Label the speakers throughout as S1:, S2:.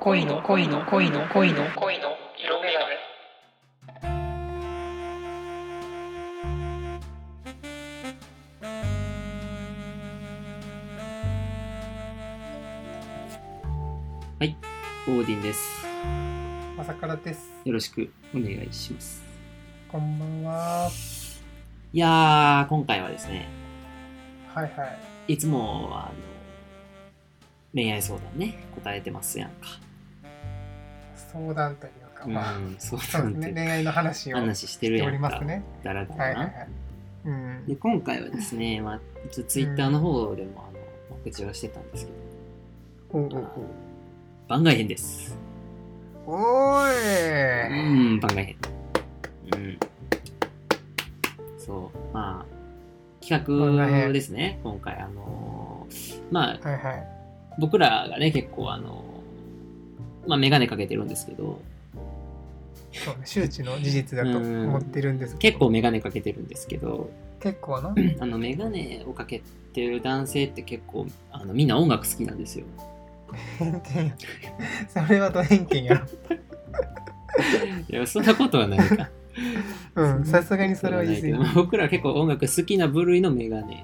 S1: 恋の恋の恋の恋の恋の色眼鏡
S2: オーディンです。
S3: まさからです。
S2: よろしくお願いします。
S3: こんばんは。
S2: いやー、今回はですね、
S3: はいはい。
S2: いつもは、あの、恋愛相談ね、答えてますやんか。
S3: 相談というか、まあ、
S2: うん、相
S3: そう
S2: 談
S3: ですね。
S2: で
S3: 恋愛の話をし
S2: 話してる
S3: て
S2: や
S3: おり
S2: ん
S3: ます
S2: か。
S3: ね。
S2: だらだ
S3: はい
S2: ら
S3: はいは
S2: な。
S3: い。うん。
S2: で、今回はですね、まあ、ちょっとツイッターの方でも、あの、告知はしてたんですけど、
S3: おうお
S2: あ
S3: う
S2: の番外編です。
S3: おうお
S2: う
S3: ーい。
S2: ん、番外編。うん。そう、まあ、企
S3: 番外
S2: 画
S3: 編
S2: ですね、今回。あのー、まあ、
S3: はいはい。
S2: 僕らがね結構あのまあ眼鏡かけてるんですけど
S3: そうね、周知の事実だと
S2: うん
S3: 思ってるんですけ
S2: 結
S3: ど。
S2: 構眼鏡かけてるんですけど
S3: 結構な。
S2: あの眼鏡をかけてる男性って結構あのみんな音楽好きなんですよ
S3: 偏見や。それはと偏見 や。
S2: いやそんなことは ないか
S3: うん。さすがにそれは言い過ぎ
S2: そんなことはないけど僕ら結構音楽好きな部類の眼鏡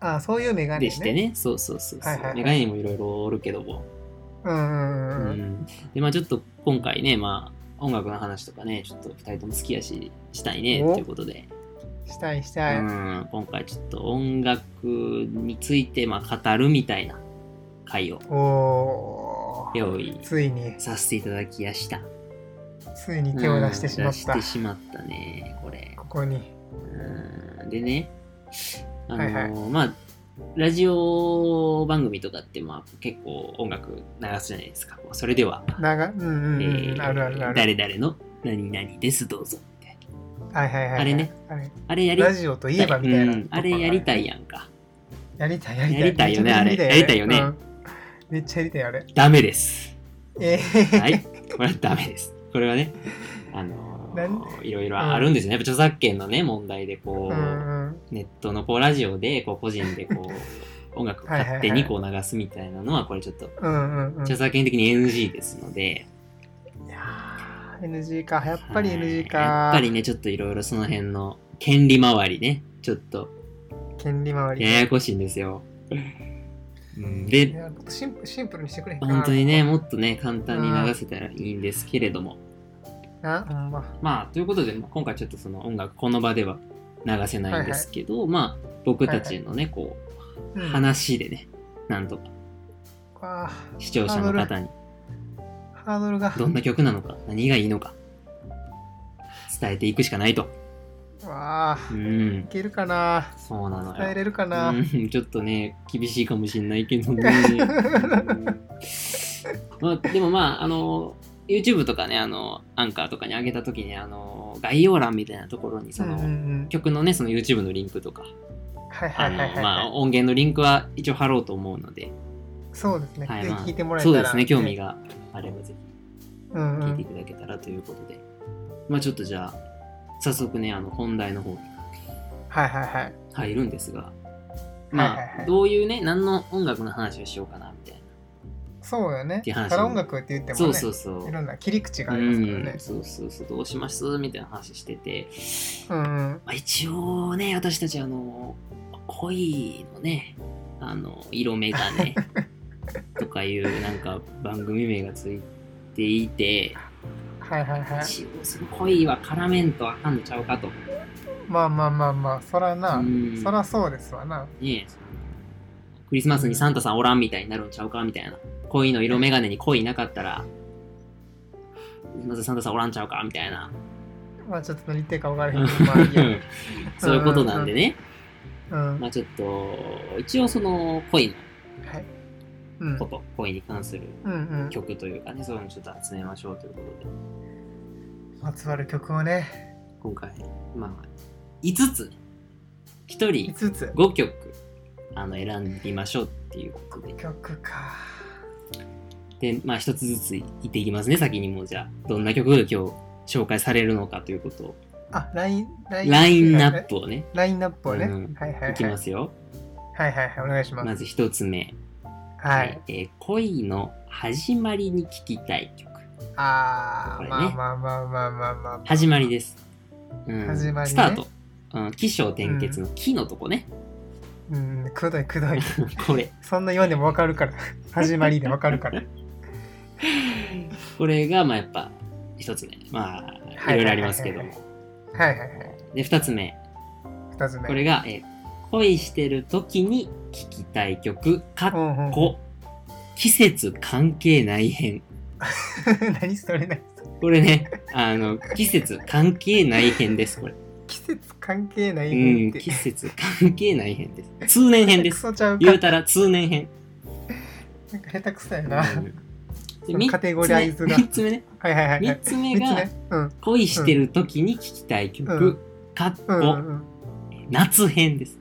S3: ああ、そういうメガネ
S2: で
S3: ね。
S2: してねそうそうそうそう、
S3: はいはいはい
S2: 眼鏡もいろいろおるけども、
S3: うん
S2: う
S3: う
S2: ん
S3: うんうん。
S2: んでまあちょっと今回ねまあ音楽の話とかねちょっと2人とも好きやししたいねっていうことで
S3: したいしたい。
S2: うん、今回ちょっと音楽についてまあ語るみたいな回を
S3: おー。
S2: 用意
S3: ついに、
S2: させていただきやした。
S3: ついに手を出してしまっ
S2: うん
S3: た
S2: 出して。しまったね、これ。
S3: ここに。
S2: うんでね、あの
S3: はいはい
S2: まあ、ラジオ番組とかって、まあ、結構音楽流すじゃないですか。それでは、
S3: 長、うんうんうんうん。あるあるある。
S2: 誰々の何々です、どうぞ。みたいな
S3: はいはいはいはい。
S2: あれね
S3: あれ。
S2: あれやりた
S3: ラ
S2: い。
S3: ジオといえばみたいな、
S2: うんあれやりた
S3: い。
S2: いやんか。
S3: やりたい、やりたい。
S2: やりたいよね
S3: めっ
S2: あれや
S3: ちゃ
S2: りたいよね
S3: うんめっちゃやりたい、あれ。
S2: ダメです。
S3: えー
S2: はい。これはダメです。これはね、あのー
S3: ない
S2: ろいろあるんですよね。著作権のね、問題で、こう、
S3: うんうん
S2: ネットのこう、ラジオで、こう、個人で、こ う、音楽を勝手にこう流すみたいなのは、これちょっと、
S3: うんうん。
S2: 著作権的に NG ですので、
S3: いやー NG か。やっぱり NG か。
S2: はいやっぱりね、ちょっといろいろその辺の権利回りね、ちょっと、
S3: 権利回り。
S2: ややこしいんですよ。うんで、
S3: やもっとシンプシンプルにしてくれへんかな
S2: 本当にね、もっとね、簡単に流せたらいいんですけれども、
S3: な、ほんま。
S2: まあ、ということで、まあ今回ちょっとその音楽、この場では流せないんですけど、まあ、僕たちのね、こ
S3: う
S2: う、
S3: ん
S2: 話でね、なんとか
S3: わあ
S2: 視聴者の方に、
S3: ハードルが。
S2: どんな曲なのか、何がいいのか、伝えていくしかないと。
S3: わあ
S2: う
S3: い
S2: ん、
S3: けるかな
S2: そうなの
S3: 伝え
S2: よ。
S3: れるかな、
S2: うん、ちょっとね、厳しいかもしれないけどね。うんまあ、でもまあ、あの、YouTube とかね、あの、アンカーとかに上げたときに、あの、概要欄みたいなところに、その、
S3: うんうんうん、
S2: 曲のね、その YouTube のリンクとか、
S3: はいは
S2: あ
S3: い
S2: の
S3: はいはい、
S2: まあ、音源のリンクは一応貼ろうと思うので、
S3: そうですね、
S2: はい
S3: ぜひ
S2: まあ
S3: 聞いてもらえた
S2: そう
S3: ら
S2: ですね、興味があればぜ
S3: うん
S2: ひ
S3: う
S2: 聞いてい
S3: ん、
S2: ただけたらということで、まあちょっとじゃあ、早速ね、あの本題の方に
S3: はいはいはい
S2: 入るんですが、ま
S3: はいはいは
S2: あ、
S3: い
S2: どういうね、何の音楽の話をしようかなみたい
S3: そうよね
S2: ていう話
S3: カラ音楽って言って
S2: な。
S3: もね
S2: そうそうそう
S3: い。ろんな切り口が
S2: う
S3: ありますから
S2: ん
S3: ね、
S2: そうそうそう、どうしますみたいな話してて、
S3: うんうん
S2: まあ、一応ね、私たち、あの、恋のね、あの、色眼 鏡とかいう、なんか、番組名がついていて、
S3: はいはいはい
S2: 一応、その恋は絡めんとあかんのちゃうかと。
S3: まあまあまあまあそらな、
S2: うん
S3: そらそうですわな
S2: ねえクリスマスにサンタさんおらんみたいになるんちゃうかみたいな。恋の色眼鏡に恋なかったら、クリスマスサンタさんおらんちゃうかみたいな。
S3: まあちょっと何言ってるか分からへんけどまあいいや
S2: そういうことなんでね。
S3: うんは
S2: まあちょっと、一応その恋の
S3: いうん
S2: こと、恋に関する
S3: うんうん
S2: 曲というかね、そういうのちょっと集めましょうということで、
S3: まつわる曲をね
S2: 今回、まあ、5つ、1人
S3: 5つ
S2: 5曲、あの、選びましょうっていうことで。
S3: 曲か
S2: で、まあ、一つずつ言っていきますね、先にもうじゃあ、どんな曲が今日紹介されるのかということを、
S3: あラインラ
S2: ラインナップをね、
S3: ラインナップをね、
S2: うん
S3: はいはいはい
S2: いきますよ。
S3: はいはいはいお願いします
S2: まず一つ目、
S3: はい
S2: えー恋の始まりに聞きたい曲。
S3: あー、
S2: これね
S3: まあまあまあまあまあまあ、
S2: 始まりです。うん
S3: 始まりね
S2: スタート。うん、起承転結の木のとこね。
S3: うんくどいくどい
S2: これ。
S3: そんな読んでもわかる から始まりでわかるから
S2: これが、まあやっぱ、一つ目。まあ、
S3: はいい
S2: ろいろありますけども。
S3: はいはいはい
S2: で、二つ目。
S3: 二つ目
S2: これが、えー恋してる時に聴きたい曲、か
S3: う
S2: っ
S3: んうん、
S2: こ、季節関係ない編。
S3: 何それ何それ
S2: これ ね、あの、季節関係ない編です、これ。
S3: 季節関係ないうね
S2: ん、
S3: って、
S2: 季節関係ない編です。通年編で
S3: ク
S2: す。
S3: ソちゃうか
S2: 言うたら通年編。
S3: なんか下手くそや
S2: うん
S3: な、
S2: で
S3: の
S2: 三つ目
S3: カテゴライズが
S2: 三つ目ね。
S3: はいはいはいはい
S2: 三つ目が、
S3: 三つ目うん
S2: 恋してる時に聴きたい曲、かっ
S3: うんう
S2: こ、
S3: んうん
S2: 夏編です。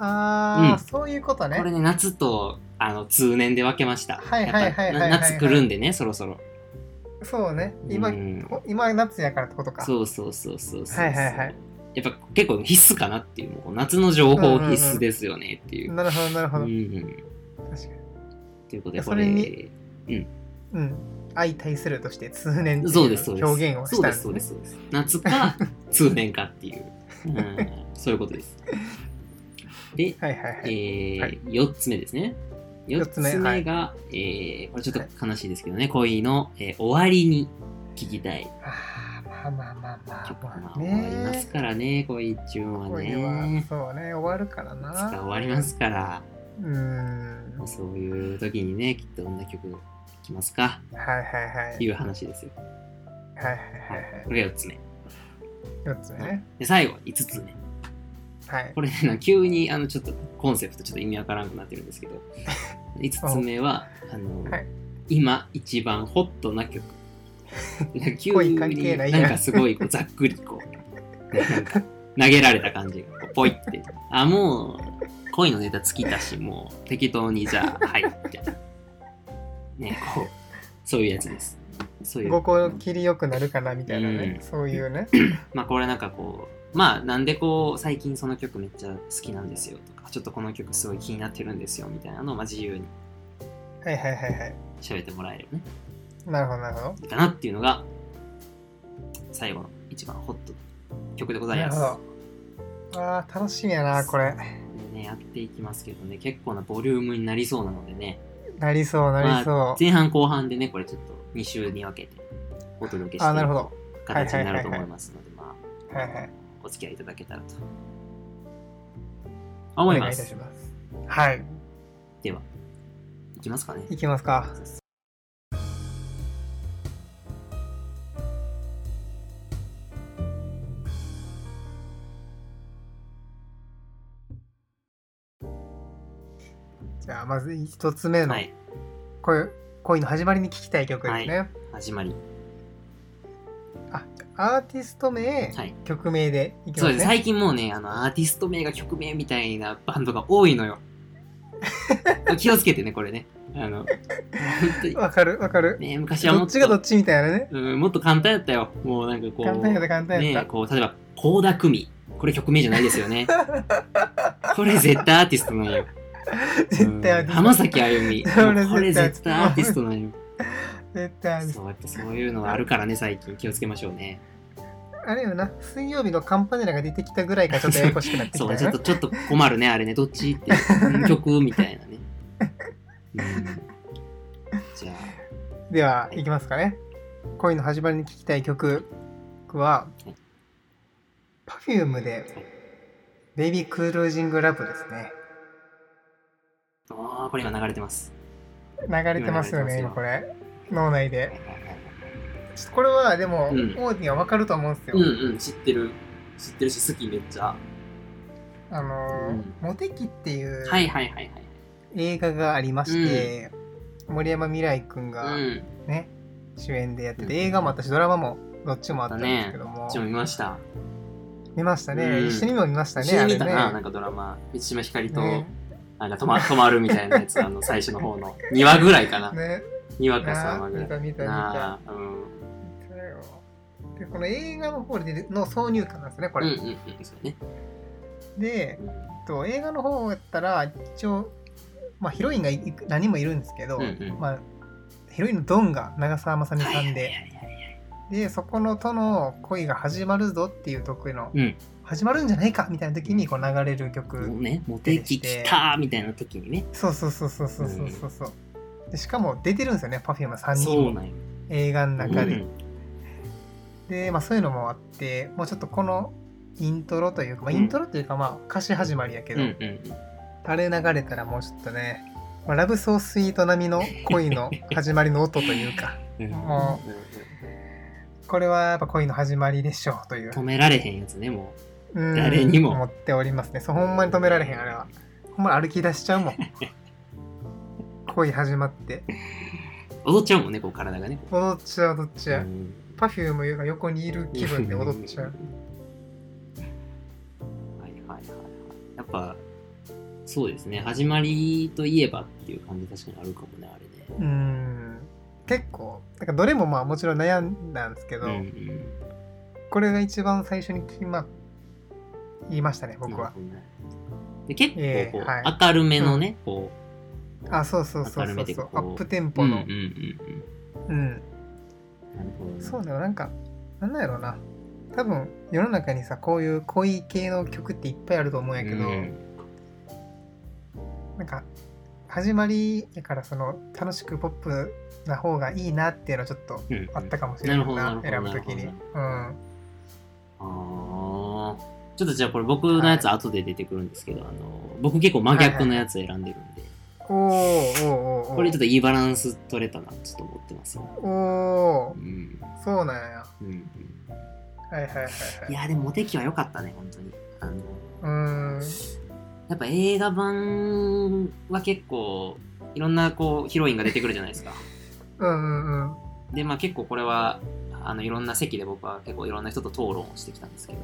S3: ああ、
S2: うん
S3: そういうことね
S2: これね、夏と、あの、通年で分けました。
S3: はいはいはいはいはいはい
S2: やっぱ夏来るんでね、そろそろ。
S3: そうね今、
S2: うん
S3: ほ今夏やからってことか
S2: そうそうそうそうそう。
S3: はいはいはい
S2: やっぱ結構必須かなっていう、もう夏の情報必須ですよねっていう。
S3: なるほどなる
S2: う
S3: ほ
S2: ん
S3: ど、
S2: うん。
S3: 確かに
S2: ということで、
S3: そ
S2: こ
S3: れに
S2: れ、
S3: うん相対するとして通年ってい
S2: そうです、そうです。
S3: 表現をしたんです
S2: そうで
S3: ね
S2: す、そうです。そうです夏か、通年かっていう。うん、そういうことです。で、
S3: はいはい はい、
S2: えー
S3: はい
S2: 4つ目ですね。4つ
S3: 四つ目
S2: 目が、えーこれちょっと悲しいですけどね、恋の、えー終わりに聞きたい
S3: あーまあまあまあ
S2: 曲
S3: ま
S2: が
S3: あまあ
S2: 終わります
S3: ね
S2: からね、恋中は
S3: これは
S2: ね。
S3: そうね終わるから
S2: い
S3: な
S2: つか終わりますから、
S3: うーんはい
S2: そういう時にね、きっとどんな曲きますか
S3: はいはい
S2: っていう話ですよ。
S3: はいは
S2: は
S3: い
S2: い
S3: はいはい
S2: これが4つ目。
S3: 四つ目ね
S2: で、最後、5つ目。
S3: はい
S2: これね、なんか急にあのちょっとコンセプトちょっと意味わからんくなってるん ですけど、5つ目は、あの、
S3: はい
S2: 今一番ホットな 曲。なんか急に
S3: 恋関係ないやん
S2: なんかすごいこうざっくりこう、なんか投げられた感じがこうポイって。あ、もう恋のネタ尽きたし、もう適当にじゃあ、はい、みたいな。ね、こう、そういうやつです。そういう。
S3: 五個切りよくなるかなみたいなね
S2: うん
S3: そういうね
S2: まあこれなんかこうまあなんでこう最近その曲めっちゃ好きなんですよとかちょっとこの曲すごい気になってるんですよみたいなのをまあ自由に
S3: はいはいはいはい
S2: 喋ってもらえればね
S3: なるほどなるほ
S2: いいかなっていうのが最後の一番ホットな曲でご
S3: ど
S2: ざい
S3: なる
S2: ま
S3: ほ
S2: す
S3: どあー楽しみやなこれ
S2: でねやっていきますけどね結構なボリュームになりそうなのでね
S3: なりそうなり
S2: まあ
S3: そ、
S2: 前半後半でねこれちょっと2週に分けてお届け
S3: うあー
S2: して
S3: ないる
S2: く
S3: ほど
S2: 形になると思いますのでまあ
S3: はいはい
S2: お付き合いいただけたらとあ
S3: お
S2: 思
S3: 願
S2: い
S3: いいた
S2: ます
S3: しますはい
S2: では、いきますかね。
S3: いきますかじゃあまず一つ目の
S2: はい、
S3: 恋恋の始まりに聞きたい曲ですね、
S2: 始まり。
S3: アーティスト名、
S2: はい
S3: 曲名でいき
S2: そ
S3: ま
S2: う
S3: す
S2: です。
S3: ね
S2: 最近もうね、あの、アーティスト名が曲名みたいなバンドが多いの よ。気をつけてね、これね。あの、本当に。
S3: わかるわか る
S2: ね、昔は
S3: ど
S2: も
S3: っ
S2: っと
S3: ちがどっちみたいなね
S2: うん、もっと簡単やったよ。もうなんかこう、
S3: 簡単やった簡単や
S2: ね
S3: っ、
S2: こう、例えば、倖田來未。これ曲名じゃないですよね。 これ絶対アーティストなんよ。
S3: た、絶対アー
S2: うん
S3: ティスト
S2: 浜崎あゆ み。
S3: それ絶対
S2: これ絶対アーティストなんよ。
S3: 絶対 アーティスト
S2: そう、やっぱそういうのはあるからね、最近気をつけましょうね。
S3: あれよな水曜日のカンパネラが出てきたぐらいからちょっとややこしくなってき
S2: そ
S3: た
S2: う
S3: よ
S2: ね、
S3: ね
S2: ちょっと、ちょっと困るね、あれね、どっちって、 うん曲みたいなね。うん、じゃ
S3: では、いきますかね。恋の始まりに聴きたい曲は、Perfume で、ベイビークルージングラブですね。
S2: あ、あーこれ今流れてます。
S3: 流れてますよね、
S2: 今流れてます
S3: 今
S2: よ
S3: これ。脳内で。
S2: う
S3: ちょっとこれは、でも、
S2: うん
S3: オーディはわかると思うんですよ。
S2: んうん、知ってる。知ってるし、好きめっちゃ。
S3: あのー
S2: うん
S3: モテキっていう
S2: はいはいはいはい。
S3: 映画がありまして、森山未来くんが
S2: うん、
S3: ね、主演でやって
S2: うん
S3: て、映画もあったし、ドラマもどっちもあったんですけど
S2: こ
S3: も
S2: っ、ちも見ました。
S3: 見ましたね。
S2: うん
S3: 一緒にも見ましたね、
S2: 一緒
S3: あ
S2: に
S3: れ
S2: 見たな、な
S3: ね。
S2: んかドラマ、満島ひかりと、
S3: ね
S2: なんか止ま 止まるみたいなやつ、あの、最初の方の、2話ぐらいかな。
S3: ね
S2: 2話か3
S3: あ
S2: 話
S3: ー
S2: ぐら
S3: 見
S2: い。
S3: た見た見た
S2: なあ、うん。
S3: 見たよでこの映画の方での挿入歌なんですねこ
S2: うん
S3: れ、
S2: うんうん、そうね。
S3: で
S2: う、ん
S3: えっと、映画の方やったら一応、まあ、ヒロインがい何人もいるんですけ
S2: う
S3: ど、
S2: んうん
S3: まあ、ヒロインのドンが長澤まさみさんで、
S2: いはい
S3: で、そこのとの恋が始まるぞっていう得意の、
S2: うん
S3: 始まるんじゃないかみたいな時にこう流れる曲。
S2: もうねモテ期きたーみたいな時にね
S3: そうそうそうそうそうそうそうそう、でしかも出てるんですよね Perfume3
S2: そう
S3: 人も
S2: なんよ
S3: 映画の中で、
S2: うん
S3: で、まあ、そういうのもあってもうちょっとこのイントロというか、まあ、
S2: うん
S3: イントロというかまあ歌詞始まりやけ
S2: うん
S3: ど、
S2: うん
S3: あれ流れたらもうちょっとね、まあ、ラブソースイート並みの 恋の始まりの音というか
S2: うん
S3: もこれはやっぱ恋の始まりでしょうという
S2: 止められへんやつねも
S3: うん
S2: 誰にも
S3: 思っておりますねそうほんまに止められへんあれはほんま歩き出しちゃ うもん恋始まって
S2: う踊っちゃうもんねこう体がね
S3: 踊っちゃう踊っちゃう、
S2: うん
S3: パフュームが横にいる気分で踊っちゃう。
S2: はいはいはいはい。やっぱ、そうですね。始まりといえばっていう感じ確かにあるかもね、あれ
S3: うー
S2: ね。
S3: ん結構なんかどれもまあもちろん悩んだんですけど、
S2: ん
S3: これが一番最初に決ま言いましたね僕は。。
S2: なるほどで結構こう、
S3: ええは
S2: 明るめのね、こ
S3: あそうそうそ
S2: 明
S3: う
S2: る
S3: そ
S2: め
S3: う
S2: で
S3: そ
S2: こ
S3: う
S2: う
S3: アップテン
S2: う。
S3: ポの、
S2: う
S3: うん
S2: うん
S3: ん
S2: うんうん。なるほど、ね。
S3: そうだよなんかなんなんやろうな多分世の中にさこういう恋系の曲っていっぱいあると思うんやけど、
S2: うん
S3: なんか始まりやからその楽しくポップな方がいいなっていうのはちょっと
S2: うんうん
S3: あったかもしれないな,、
S2: うんなるほどなるほど
S3: 選ぶ時に
S2: なる。
S3: うん
S2: あーちょっとじゃあこれ僕のやつ後で出てくるんですけど、あの僕結構真逆のやつ選んでるんで、
S3: おーおーおーおー
S2: これちょっといいバランス取れたなちょっと思ってますよ。
S3: おお
S2: うん
S3: そうなんや
S2: うんうん
S3: はいはいはいはい
S2: やでもモテ期は良かったね本当にあの
S3: うーん
S2: やっぱ映画版は結構いろんなこうヒロインが出てくるじゃないですか
S3: うんうんうん
S2: でまあ結構これはあのいろんな席で僕は結構いろんな人と討論をしてきたんですけど、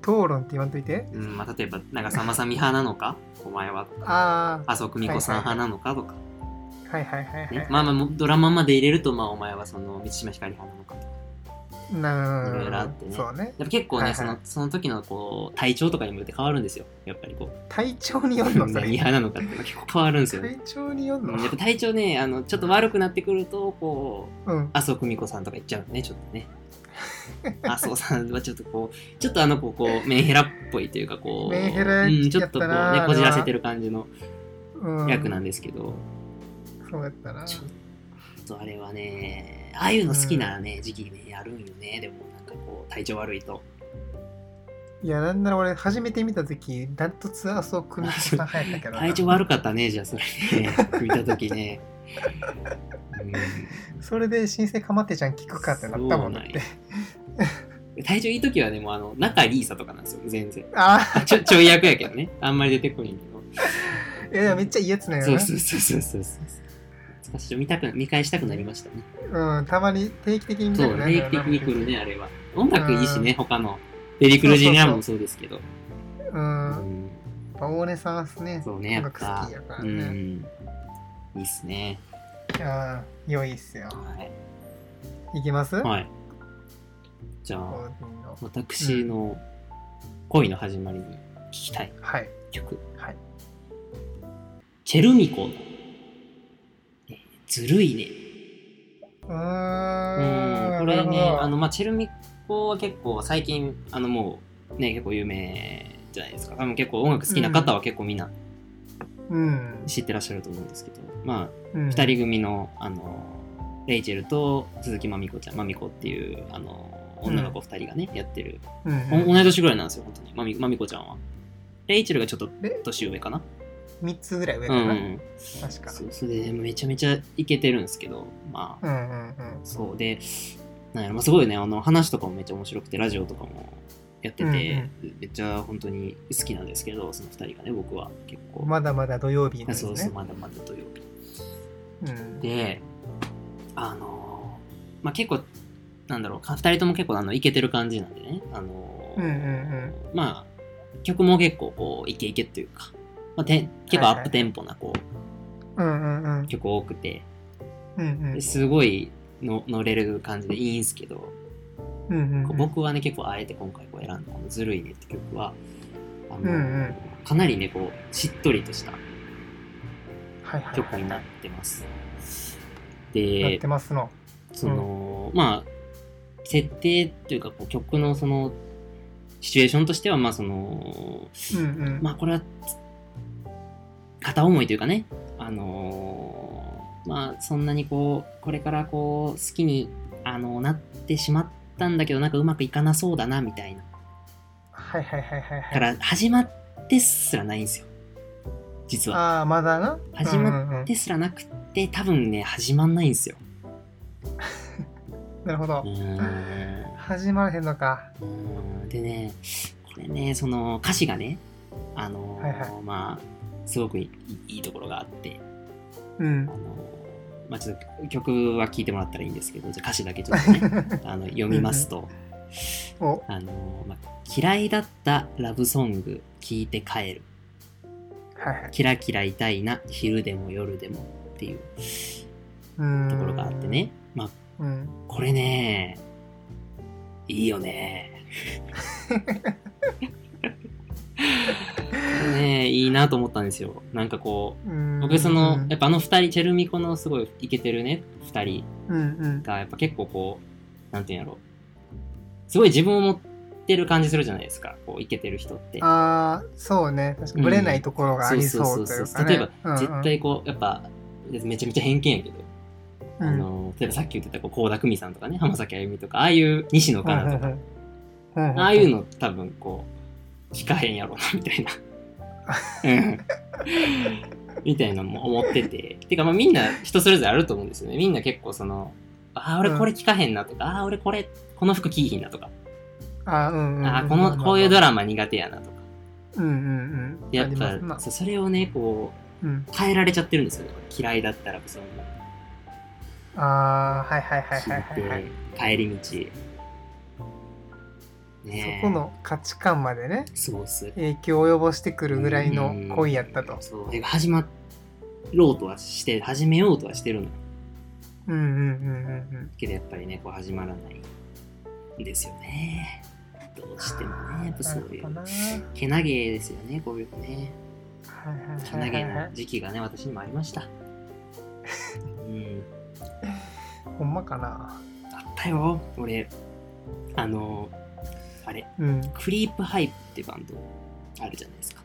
S3: 討論って言わんといて
S2: うんまあ、例えば長澤まさみ派なのかお前は
S3: ああ
S2: 麻生久美子さん派なのかとか、
S3: はいはいはいはい、
S2: ねまあまあもうドラマまで入れるとまあお前はその満島ひかり派なのかとか
S3: なうん
S2: いろいろあってね
S3: そうね
S2: やっぱ結構ね、
S3: はいはい
S2: そのその時のこう体調とかにもよって変わるんですよやっぱりこう
S3: 体調によるの
S2: 何
S3: それ
S2: 派なのかって結構変わるんですよね
S3: 体調によるの
S2: うんやっぱ体調ねあのちょっと悪くなってくるとこう
S3: うん
S2: 麻生久美子さんとか言っちゃうねちょっと ね麻生さんはちょっとこうちょっとあの子こうメンヘラっぽいというかこう
S3: メンヘラ
S2: うん、ちょ
S3: や
S2: っ
S3: っ
S2: と
S3: た
S2: こうね
S3: なあれは
S2: こじらせてる感じの
S3: うん
S2: 役なんですけど、
S3: そうやったな
S2: ちょっとあれはねああいうの好きなね、時期ねやるんよねでもなんかこう体調悪いと
S3: いやなんなら俺初めて見た時ダントツ麻生久美子さん入ったけどな
S2: 体調悪かったねじゃあそれね見た時ね、うん
S3: それで新生かまってちゃん聞くかってなったもんだっ
S2: そ
S3: て
S2: うなんや体調いい時はねもうあの中リーサとかなんですよ全然
S3: あ
S2: ちょちょい役やけどねあんまり出てこないけど
S3: あいやいやめっちゃいいやつなんよ
S2: そう
S3: な
S2: そうそうそうそうそう懐かしい見たく見返したくなりましたね
S3: うんたまに定期的に見た
S2: そ
S3: く
S2: う
S3: なる
S2: 定
S3: よな
S2: 期的に来るねあれは音楽いいしね他のデリクルジェニアもそうですけど
S3: うんやっ
S2: うん
S3: ぱ大根さんはすね
S2: そうねや
S3: 音
S2: っ
S3: 楽好
S2: ぱ
S3: きやから
S2: う
S3: ね、
S2: んいいっすね
S3: ああ、良いっすよ。
S2: はい
S3: いきます、
S2: はいじゃ
S3: オ
S2: あ
S3: ーディンの
S2: 私の恋の始まりに聞きたい
S3: はい。
S2: 曲
S3: はい
S2: チェルミコの、えーずるいね。
S3: う
S2: うん
S3: ーん。
S2: これ
S3: なる
S2: ね、
S3: ほど
S2: あの、まあ、チェルミコは結構最近、あの、もう、ね、結構有名じゃないですか。多分結構音楽好きな方は結構みんな
S3: うん。
S2: 知ってらっしゃると思うんですけど、まあ、
S3: うん、
S2: 二人組の、あの、レイチェルと鈴木まみこちゃん、まみこっていう、あの、女の子二人がね、やってる。
S3: うん
S2: お
S3: うん
S2: 同い年ぐらいなんですよ、本当に。まみまみこちゃんは。レイチェルがちょっと
S3: え
S2: 年上かな。
S3: 三つぐらい上
S2: う
S3: か
S2: ん
S3: な、
S2: うんうん。
S3: 確か。
S2: そうそれでめちゃめちゃイケてるんですけどまあ
S3: うんうんうん。
S2: そうでなんやろ、まあ、すごいねあの話とかもめっちゃ面白くてラジオとかもやってて、めっちゃ本当に好きなんですけどその2人がね僕は結構、
S3: まだまだ土曜日なんです
S2: そ
S3: ね。
S2: うそうまだまだ土曜日
S3: うん。
S2: であのーまあ結構なんだろう2人とも結構あのイケてる感じなんでねあのー
S3: うんうんうん
S2: まあ曲も結構こうイケイケっていうか、まあ、て結構アップテンポなこう、
S3: うんうんうん。
S2: 曲多くて
S3: うんうん。
S2: すごいの乗れる感じでいいんすけど、
S3: うんうんうん。
S2: 僕はね結構あえて今回こう選んだこの「ずるいね」って曲はあの、
S3: うんうん
S2: かなりねこうしっとりとした
S3: はいはいはい
S2: 曲になってます。
S3: なっ
S2: で
S3: てますの。
S2: その、まあ設定というかこう曲のそのシチュエーションとしてはまあその
S3: うんうん。
S2: まあこれはつ片思いというかねあのーまあそんなにこうこれからこう好きに、あのなってしまったんだけどなんかうまくいかなそうだなみたいな
S3: はいはいはいはいは
S2: か
S3: い。
S2: ら始まってすらないんですよ実は
S3: ああ、まだな。
S2: 始ま
S3: うんうんうん
S2: ですらなくて多分ね始まんないんですよ
S3: なるほど
S2: う。ーん
S3: 始まらへんのか。
S2: うーんでねこれねその歌詞がねあのー
S3: はいは
S2: まあすごくいいいいところがあって
S3: うん
S2: あ。のーまあちょっと曲は聴いてもらったらいいんですけどじゃあ歌詞だけちょっと ねあの読みますと、
S3: お、
S2: あのーまあ嫌いだったラブソング聴いて帰る
S3: はいはい。
S2: キラキラ痛いな昼でも夜でもっていう
S3: うん。
S2: ところがあってね、まあ
S3: うん。
S2: これねいいよ ねこれねいいなと思ったんですよなんかこ
S3: うん。
S2: う僕そのやっ
S3: ぱ。
S2: ぱあの二人チェルミコのすごいイケてるね二人
S3: うんうん。
S2: がやっぱ結構こうなんていうんやろうすごい自分を持ってる感じするじゃないですかこうイケてる人って
S3: ああ、そうね。確かにぶれないところがありそうというか
S2: 例
S3: ね。
S2: えば、絶対こうやっぱめちゃめちゃ偏見やけど
S3: うん
S2: あ
S3: うん、
S2: の例えばさっき言ってたこう倖田來未さんとかね浜崎あゆみとかああいう西野カナとか
S3: うん
S2: ああいう
S3: の。
S2: の多分こう聞かへんやろうなみたいなうんみたいなのも思ってててかまあみんな人それぞれあると思うんですよねみんな結構そのああ俺これ聞かへんなとか、ああ俺これこの服着いひんなとか、
S3: あーうんうん。
S2: ああこのこういうド
S3: ラ
S2: ラマ苦手やなとか
S3: うんうんうん。
S2: やっ
S3: あり
S2: ぱ
S3: ます
S2: そうそれをねこ
S3: なうん
S2: う。変えられちゃってるんですよね嫌いだったらその
S3: ああ、はいはいはいはい
S2: 聞
S3: はいはいい。
S2: て帰り道ねえ
S3: そこの価値観までね、
S2: そうっす
S3: 影響を及ぼしてくるぐらいの恋やったと。
S2: そうてか始まろうとはして始めようとはしてるんだ
S3: うんうんうんうんうん。
S2: けどやっぱりねこう始まらないんですよねどうしてもねやっぱそうい
S3: なるほど
S2: う
S3: な
S2: けなげですよねこういうね
S3: はいはい
S2: け
S3: は
S2: ない
S3: は
S2: げ
S3: いは。
S2: ない時期がね私にもありました うん
S3: ほんまかな。
S2: あったよ俺あのあれ
S3: うん。
S2: クリープハイプってバンドあるじゃないですか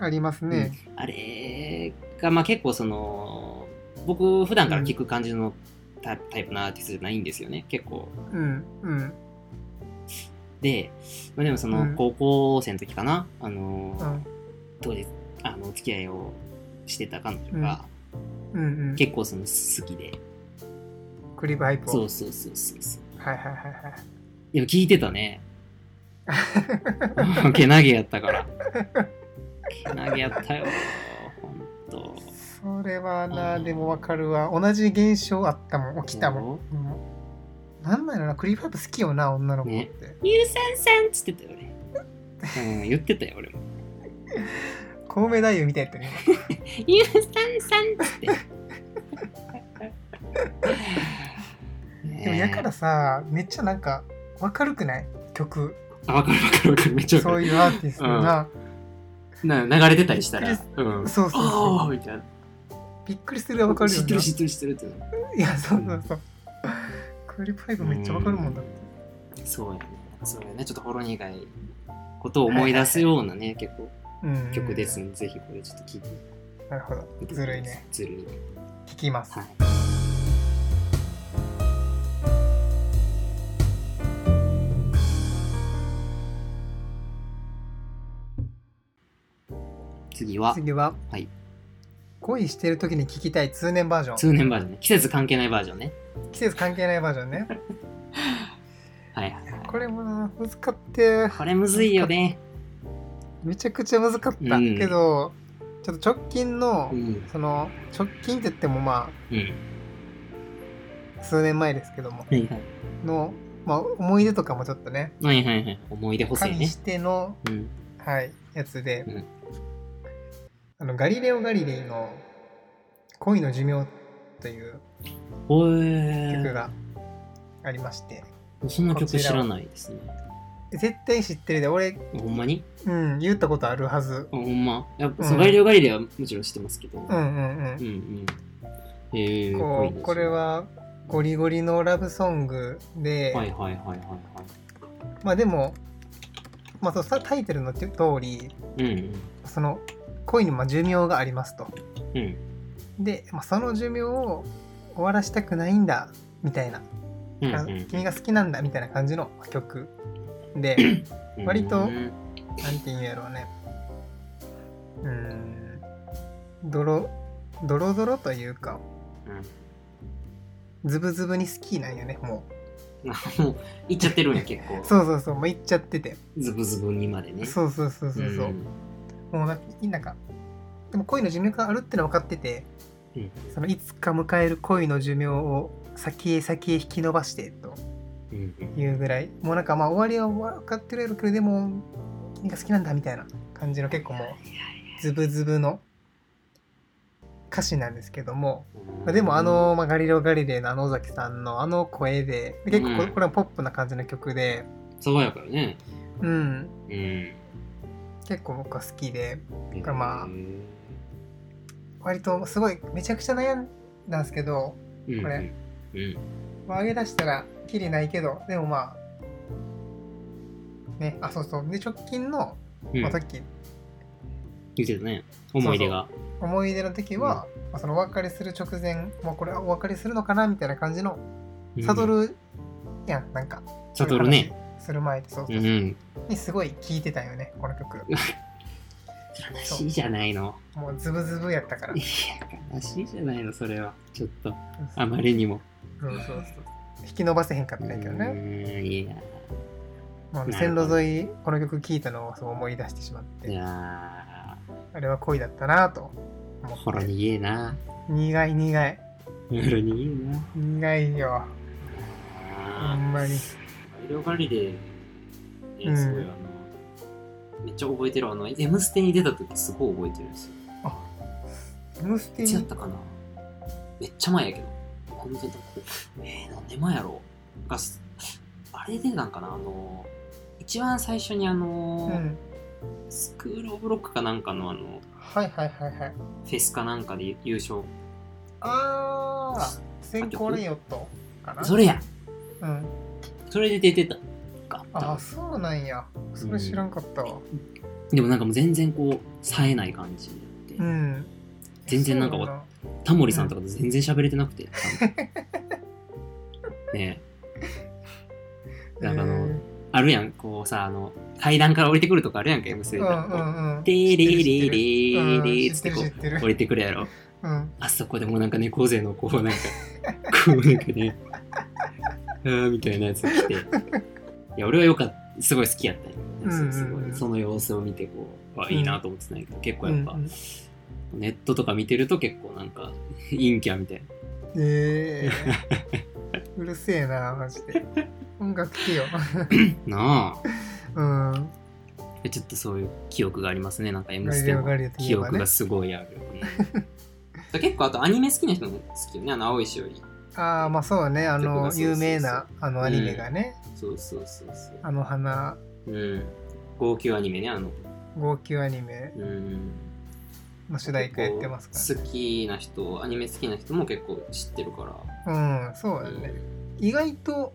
S3: ありますね。
S2: あれが、まあ、結構その僕普段から聞く感じのタイプタイプのアーティストじゃないんですよね結構
S3: うんうん。
S2: で、まあ、でもそうの
S3: ん
S2: 高校生の時かな、あの
S3: うん
S2: 当時あのお付き合いをしてた彼女が
S3: うんうん。
S2: 結構その好きで、
S3: クリバイプを。
S2: そうそうそうそうそう
S3: はいはいはいはい。
S2: でも聞いてたね けなげやったからけなげやったよほんと
S3: それは
S2: う
S3: な、
S2: ん
S3: でもわかるわ。同じ現象あったもん、起きたもん。うんなんなんやろな、クリープハイプ好きよな、女の子って。
S2: ゆうさんさんっつってたよね。うん、言ってたよ俺も。
S3: コウメ太夫みたいやったね。
S2: ゆうさんさんっつ って。
S3: でもやからさ、めっちゃなんか、わかるくない曲。
S2: あわかるわかるわかるめっちゃわか
S3: そう
S2: る。
S3: いうアーティストな、
S2: な流れてたりしたら、
S3: びっ
S2: うん。
S3: そうそうそう
S2: あーみたいな。
S3: びっくりするがわかる
S2: 知
S3: よ
S2: ってる
S3: な。
S2: 知ってる知ってるってなる。
S3: いや、そうそうそう。クリープハイプめっちゃわかるもんだって。
S2: そうやね。そうやね。ちょっとほろ苦いことを思い出すようなね、結構
S3: うん
S2: 曲ですので、ぜひこれちょっと聞いて
S3: なるほど。
S2: みてくださ
S3: ずるいね。。
S2: ずるいね。
S3: 聞きます。
S2: はい。次は
S3: 次は、
S2: はい
S3: 恋してる時に聞きたい通年バージョン。
S2: 通年バージョンね季節関係ないバージョンね
S3: 季節関係ないバージョンね。
S2: はいはいはい
S3: これもな、難かって、
S2: これむずいよね
S3: めちゃくちゃ難かった、
S2: うん
S3: けど、ちょっと直近の、
S2: うん
S3: その、直近って言ってもま
S2: うん
S3: あ、数年前ですけども、
S2: はいはい
S3: の、まあ、思い出とかもちょっとね、
S2: はいはいはい思い出補
S3: 加
S2: 正
S3: 味
S2: ね
S3: しての、
S2: うん
S3: はい、やつで、
S2: うん
S3: あの、ガリレオ・ガリレイの、恋の寿命という
S2: お
S3: 曲
S2: え
S3: がありまして、
S2: そんな曲
S3: こちら
S2: 知
S3: は
S2: らないですね
S3: 絶対知ってるで、俺、
S2: ほんまに
S3: うん、言ったことあるはず。
S2: あほんまやっぱ、
S3: うん
S2: そうガリレオ・ガリレイはもちろん知ってますけど、
S3: うんうんうん
S2: うんうん。えー、
S3: こうこれ
S2: は、
S3: はゴリゴリのラブソングで、
S2: はいはいはいはいは
S3: まあでも、まあ、そうさタイトルの通り
S2: い。うん
S3: その恋にまあ寿命がありますと
S2: うん。うん
S3: で、まあ、その寿命を終わらしたくないんだみたいな、
S2: うん
S3: あ
S2: うん
S3: 君が好きなんだみたいな感じの曲 で
S2: うん、
S3: 割と
S2: うん
S3: なんていうんやろうねうーんドロドロドロというかズブズブに好きなんよねも
S2: もう行っちゃってるんや結構
S3: うそうそうそうもういっちゃってて
S2: ズブズブにまでね
S3: そうそうそうそうそう、
S2: ん
S3: もうなんかなんかでも恋の寿命があるってのは分かってて、
S2: うん
S3: そのいつか迎える恋の寿命を先へ先へ引き伸ばしてと
S2: うんうん
S3: いうぐらいもうなんかまあ終わりは分かってるやろうけどでも君が好きなんだみたいな感じの結構もうズブズブの歌詞なんですけども、まあでもあの、まあ、ガリレオ・ガリレイのあの尾崎さんのあの声で結構こ
S2: う
S3: れ
S2: ん
S3: これはポップな感じの曲で、
S2: 爽やかよね
S3: うん、
S2: うん
S3: 結構僕は好きで
S2: だ
S3: からまあ割とすごいめちゃくちゃ悩んだんですけどこれ
S2: うん
S3: まあ、上げ出したらきりないけどでもまあねあそうそうで直近の、
S2: うん
S3: まあ、さっき
S2: 言ってたね思い出が
S3: 思い出の時は、まあ、そのお別れする直前もうこれはお別れするのかなみたいな感じの
S2: うん
S3: 悟るやんなんか
S2: 悟るね
S3: する前でそう
S2: う
S3: そう、
S2: ん
S3: にすごい聴いてたよねこの曲
S2: 悲しいじゃないの
S3: もうズブズブやったから
S2: いや悲しいじゃないのそれはちょっと
S3: そ
S2: あ
S3: う
S2: まりにも
S3: そうそう引き伸ばせへんかったんやけどね、
S2: うんいや
S3: もう
S2: なる
S3: 線
S2: ほど
S3: 路沿いこの曲聴いたのをそう思い出してしまっ
S2: い
S3: て
S2: や
S3: あれは恋だったなと思
S2: ほろ
S3: って
S2: 苦えな
S3: 苦い苦い
S2: ほろ苦えな
S3: 苦いよほ
S2: あ
S3: んまに
S2: ー色狩りで、
S3: う
S2: ね、
S3: ん
S2: すごいあの、めっちゃ覚えてるあの「M ステ」に出た時すごい覚えてるんですよ
S3: 「M ステ」
S2: いつやったかなめっちゃ前やけど本当にえー、何年前やろがすあれでなんかなあの一番最初にあ
S3: う
S2: の、
S3: ん
S2: スクール・オブ・ロックかなんかのあの
S3: はいはいはいはい
S2: フェスかなんかで優勝
S3: ああ先行レイオットかな
S2: それや
S3: うん
S2: それで出てたか
S3: ああそうなんやそれ知らんかったわ
S2: でもなんかもう全然こう冴えない感じになって、
S3: うん
S2: 全然なんか
S3: そうだ
S2: タモリさんとかと全然喋れてなく て。ねえ。なんかあ
S3: へ
S2: の、
S3: ー
S2: あるやん、こうさ、あの、階段から降りてくるとかあるやんか、M スで。
S3: うんうんうん
S2: てーれーれーれ
S3: うん
S2: ー
S3: 知
S2: つって
S3: っ
S2: て
S3: る
S2: こ
S3: 知って
S2: う、降
S3: る
S2: りてくるやろ。
S3: うん
S2: あそこでもうなんか猫背のこう、なんか、こうなんかね、あーみたいなやつ来て。いや、俺はよかった、すごい好きやったよ。
S3: うんうんうん
S2: すごいその様子を見てこうあいいなと思ってたんやけど、結構やっぱ、
S3: うんうん
S2: ネットとか見てると結構なんか陰キャみたいな
S3: ええ うるせえなマジで音楽聴けよ
S2: なあ
S3: うん
S2: ちょっとそういう記憶がありますね。なんか M
S3: ガ
S2: ス
S3: リ
S2: テ
S3: レ
S2: も
S3: オ・ガリレイとい
S2: 記
S3: えば
S2: 憶
S3: ね
S2: がすごいある。うん結構あとアニメ好きな人も好きよね。あの青いしおり。
S3: ああまあそうだねあ
S2: 曲がそうそう
S3: の
S2: そう
S3: 有名なあのアニメがね
S2: そうそうそうそ
S3: あの花
S2: う。うん。号泣アニメね、あの。
S3: 号泣アニメ
S2: うん。
S3: の主題歌やってますから
S2: 結構好きな人、アニメ好きな人も結構知ってるから。
S3: うん、そうだね。意外と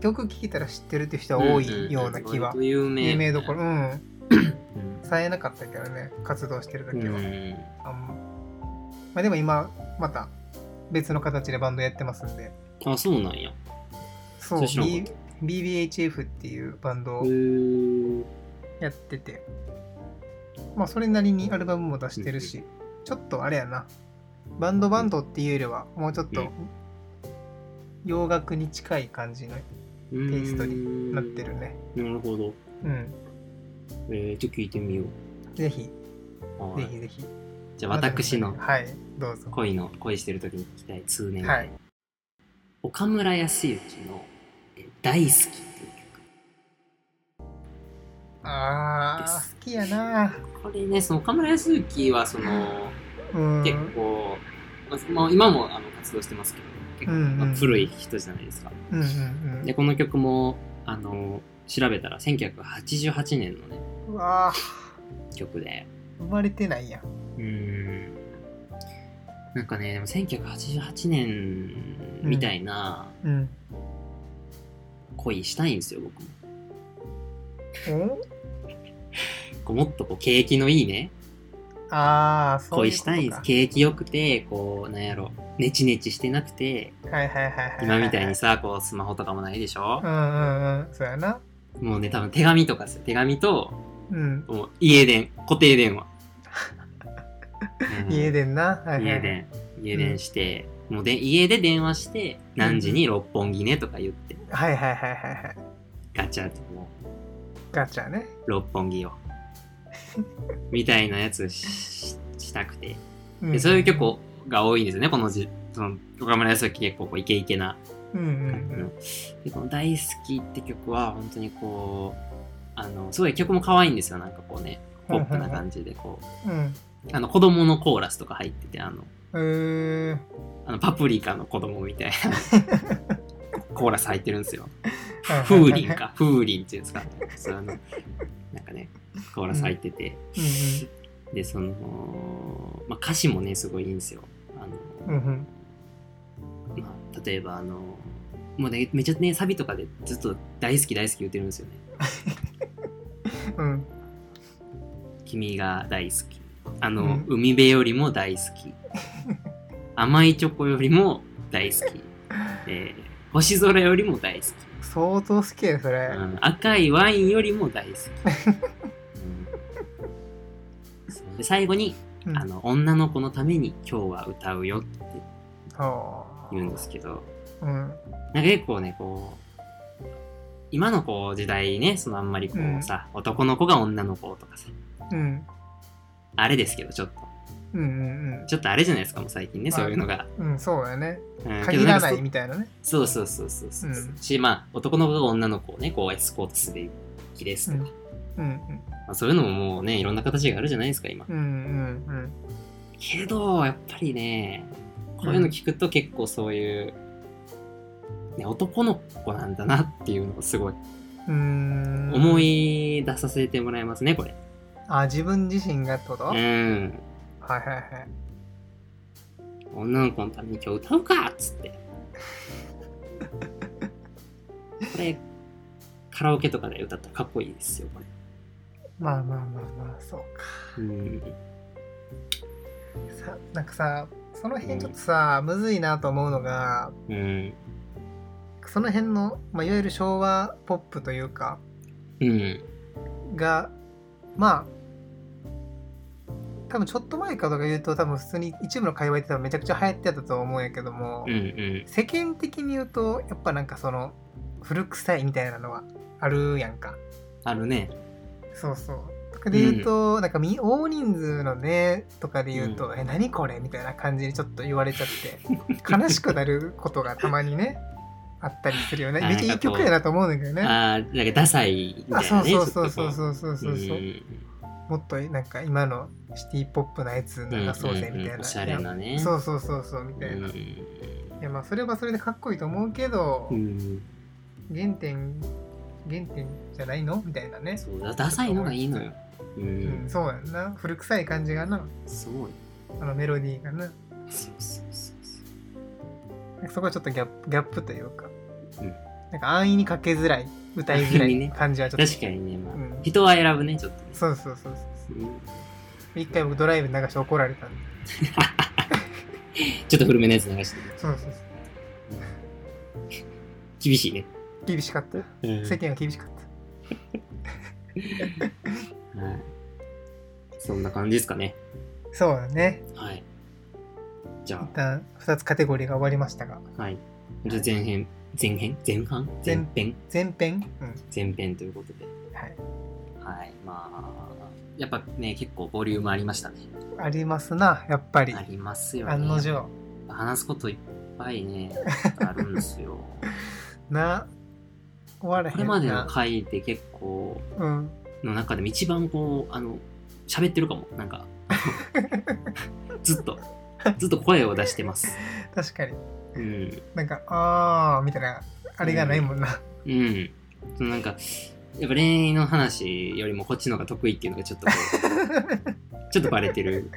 S3: 曲聴いたら知ってるって人は多いような気は。
S2: 割と有名。
S3: 有名どころ、うん。
S2: うん。
S3: 冴えなかったけどね、活動してる
S2: う
S3: 時は。
S2: ん。
S3: あんままあでも今、また別の形でバンドやってますんで。
S2: あ、そうなんや。
S3: そう、
S2: それ知らな
S3: B
S2: かっ
S3: BBHF っていうバンド
S2: へ
S3: を
S2: ー
S3: やってて。まあそれなりにアルバムも出してるし、ちょっとあれやな。バンドバンドっていうよりは、もうちょっ
S2: う
S3: と
S2: ん
S3: 洋楽に近い感じに
S2: うん
S3: テイストになってるね。
S2: なるほど。
S3: うん。
S2: えー、ちょっと聞いてみよ
S3: ぜひ、
S2: う。は
S3: ぜ
S2: い
S3: ひぜひ。
S2: じゃあ私の
S3: はい、どうぞ。
S2: 恋の恋してる時に聞きたい通年、
S3: はい。
S2: 岡村康之のえ「大好き」っていう
S3: ああ、好きやな。
S2: 曲これねその岡村康之はその
S3: うん。
S2: 結構、まあ、今もあの活動してますけど結構、
S3: うんうん
S2: まあ古い人じゃないですか
S3: うんうん
S2: でこの曲もあの調べたら1988年のね
S3: うん。うわあ、
S2: 曲で
S3: 生まれてないやん。
S2: うーんなんかね、でも1988年みたいな
S3: うん。
S2: 恋したいんですよ、僕も。
S3: お
S2: こうもっとこう景気のいいね、
S3: ああ、そうい
S2: 恋
S3: うこと
S2: し
S3: か。
S2: たいんです。景気よくて、こう、なんやろ、ネチネチしてなくて、
S3: はいはいはいはいはい。
S2: 今みたいに。さ、こう、スマホとかもないでしょ
S3: う。んうんうん。そうやな。
S2: もうね、多分手紙とかですよ。手紙と、
S3: うん。
S2: もう家電、固定電 話。うん
S3: 家電な。はいはい
S2: 家。電家電して、もうで家で電話して何時に六本木ねとか言って
S3: はいはいはいはいはい。
S2: ガチャとも
S3: ガチャね。
S2: う六本 木をみたいなやつししたくて
S3: う
S2: で
S3: ん
S2: そういう曲が多いんですよねこのじその岡村康之結構こうイケイケな
S3: うん
S2: 感じの、でこの「大好き」って曲は本当にこうあのすごい曲も可愛いんですよなんかこうねポップな感じでこう
S3: うんうん。うん。
S2: あの子供のコーラスとか入っててあの
S3: えー
S2: あのパプリカの子供みたい なコーラス入ってるんですよ。
S3: はいはいはい
S2: 風鈴か。風鈴っていうんですか。そうあのなんかね、コーラス入ってて。で、その、まあ、歌詞もね、すごいいいんですよ。あ
S3: うんうん。うん
S2: のまあ、例えば、あの、もうね、めっちゃね、サビとかでずっと大好き大好き言ってるんですよね。
S3: うん。うん。
S2: 君が大好き。あの、
S3: うん
S2: 海辺よりも大好き。甘いチョコよりも大好 き。えー星空よりも大好き。
S3: 相当好きやでそれ
S2: う。ん赤いワインよりも 大好き、うんそうで最後に、
S3: うん
S2: あの「女の子のために今日は歌うよ」って
S3: ほう
S2: 言うんですけど
S3: うん。
S2: なんか結構ねこう今のこう時代ねそのあんまりこ
S3: うん
S2: うさ、男の子が女の子とかさ
S3: うん。
S2: あれですけどちょっと
S3: うんうん
S2: ちょっとあれじゃないですかもう最近ね
S3: まあ
S2: そういうのが、
S3: うん。うん、そうだね。
S2: うんけど
S3: 限らなんい
S2: か
S3: みたいなね。
S2: そそうそうそうそうそう、
S3: うん
S2: しまあ男の子が女の子をねこうエスコートすべきですとか、
S3: うんうん
S2: まあ、そういうのももうねいろんな形があるじゃないですか今
S3: うん。うんうんうん。
S2: けどやっぱりねこういうの聞くと結構そういう、ね、男の子なんだなっていうのをすごいう
S3: ーん
S2: 思い出させてもらいますねこれ
S3: あ自分自身がってこと、
S2: う
S3: はい
S2: ん
S3: はいはい
S2: 女の子のために今日歌うかっつって これカラオケとかで歌ったらかっこいいですよこ
S3: まあまあまあまあそうか
S2: れうん
S3: さなんかさその辺ちょっとさ、むずいなと思うのが
S2: うん
S3: その辺の、まあ、いわゆる昭和ポップというか
S2: うん
S3: がまあ多分ちょっと前かとか言うと多分普通に一部の界隈って多分めちゃくちゃ流行ってたと思うんやけども、
S2: うんうん
S3: 世間的に言うとやっぱなんかその古臭いみたいなのはあるやんか
S2: あるね
S3: そうそう。とかで言うと、なんかみ大人数のねとかで言うと、え何これみたいな感じにちょっと言われち ゃって悲しくなることがたまにねあったりするよね。
S2: あ
S3: めっちゃいい曲やなと思うんだけどね。
S2: あーなんかダサいみ
S3: あ
S2: たい
S3: そ
S2: な
S3: う
S2: ね
S3: そうそうそう
S2: う
S3: そうそうそうそううんもっとなんか今のシティポップなやつ流そうぜみたいな、
S2: うんうんうんおしゃれなね
S3: そうそうそうそうみたいな、
S2: う
S3: い
S2: ん
S3: やまあそれはそれでかっこいいと思うけど、
S2: うん
S3: 原点原点じゃないのみたいなね、
S2: そうだダサいのがいいのよ。うん、
S3: うん、そうやんな古臭い感じがな
S2: すごい。
S3: あのメロディーがな
S2: そうそうそうそ
S3: そこはちょっとギャップギャップというか、
S2: うん
S3: なんか安易にかけづらい、歌いづ
S2: 安易
S3: ら
S2: に
S3: い
S2: ね
S3: 感じはちょっ
S2: う。
S3: と。
S2: 確かにね、まあ、
S3: うん
S2: 人は選ぶね、ちょっとね。
S3: そうそうそうそ
S2: うん
S3: う。一回僕ドライブ流して怒られたんで。
S2: ちょっと古めのやつ流して。
S3: そうそうそう。
S2: 厳しいね。
S3: 厳しかった。
S2: うん
S3: 世間は厳しかっ
S2: はい、そんな感じですかね。
S3: た。そうだね。
S2: はい。じ
S3: 一
S2: ゃ
S3: 旦2つカテゴリーが終わりましたが、
S2: あ、はい。じゃあ前編、前編前半
S3: 前
S2: 前編
S3: 前編、うん、
S2: 前編ということで。
S3: はい。
S2: はい。まあ、やっぱね、結構ボリュームありましたね。
S3: ありますな、やっぱり
S2: あ。りますよね。
S3: 案の定。
S2: 話すこといっぱいね、あるんですよ。
S3: な、終わらへんな。
S2: これまでの回で結構
S3: うん。
S2: の中でも一番こうあの喋ってるかもなんかずっとずっと声を出してます
S3: 確かに。
S2: うん
S3: なんか、あー、みたいな、あれがないもんな。
S2: うんそのなんかやっぱ恋愛の話よりもこっちの方が得意っていうのがちょっとこうちょっとバレてる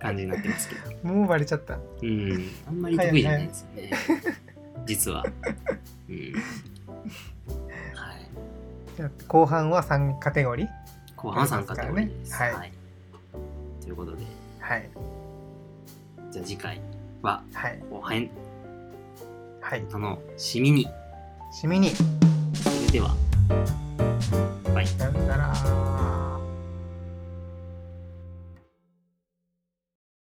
S2: 感じになってますけど。
S3: もうバレちゃった。
S2: うん。あんまり得意じゃないですよね。実は。うん。はい。
S3: じゃあ後半は3カテゴリー。
S2: 後半参加ということです。
S3: はい
S2: はい。ということで、
S3: はい。
S2: じゃあ次回は
S3: はい。
S2: 後半
S3: はい。
S2: お楽しみに。
S3: しみに。
S2: それでは、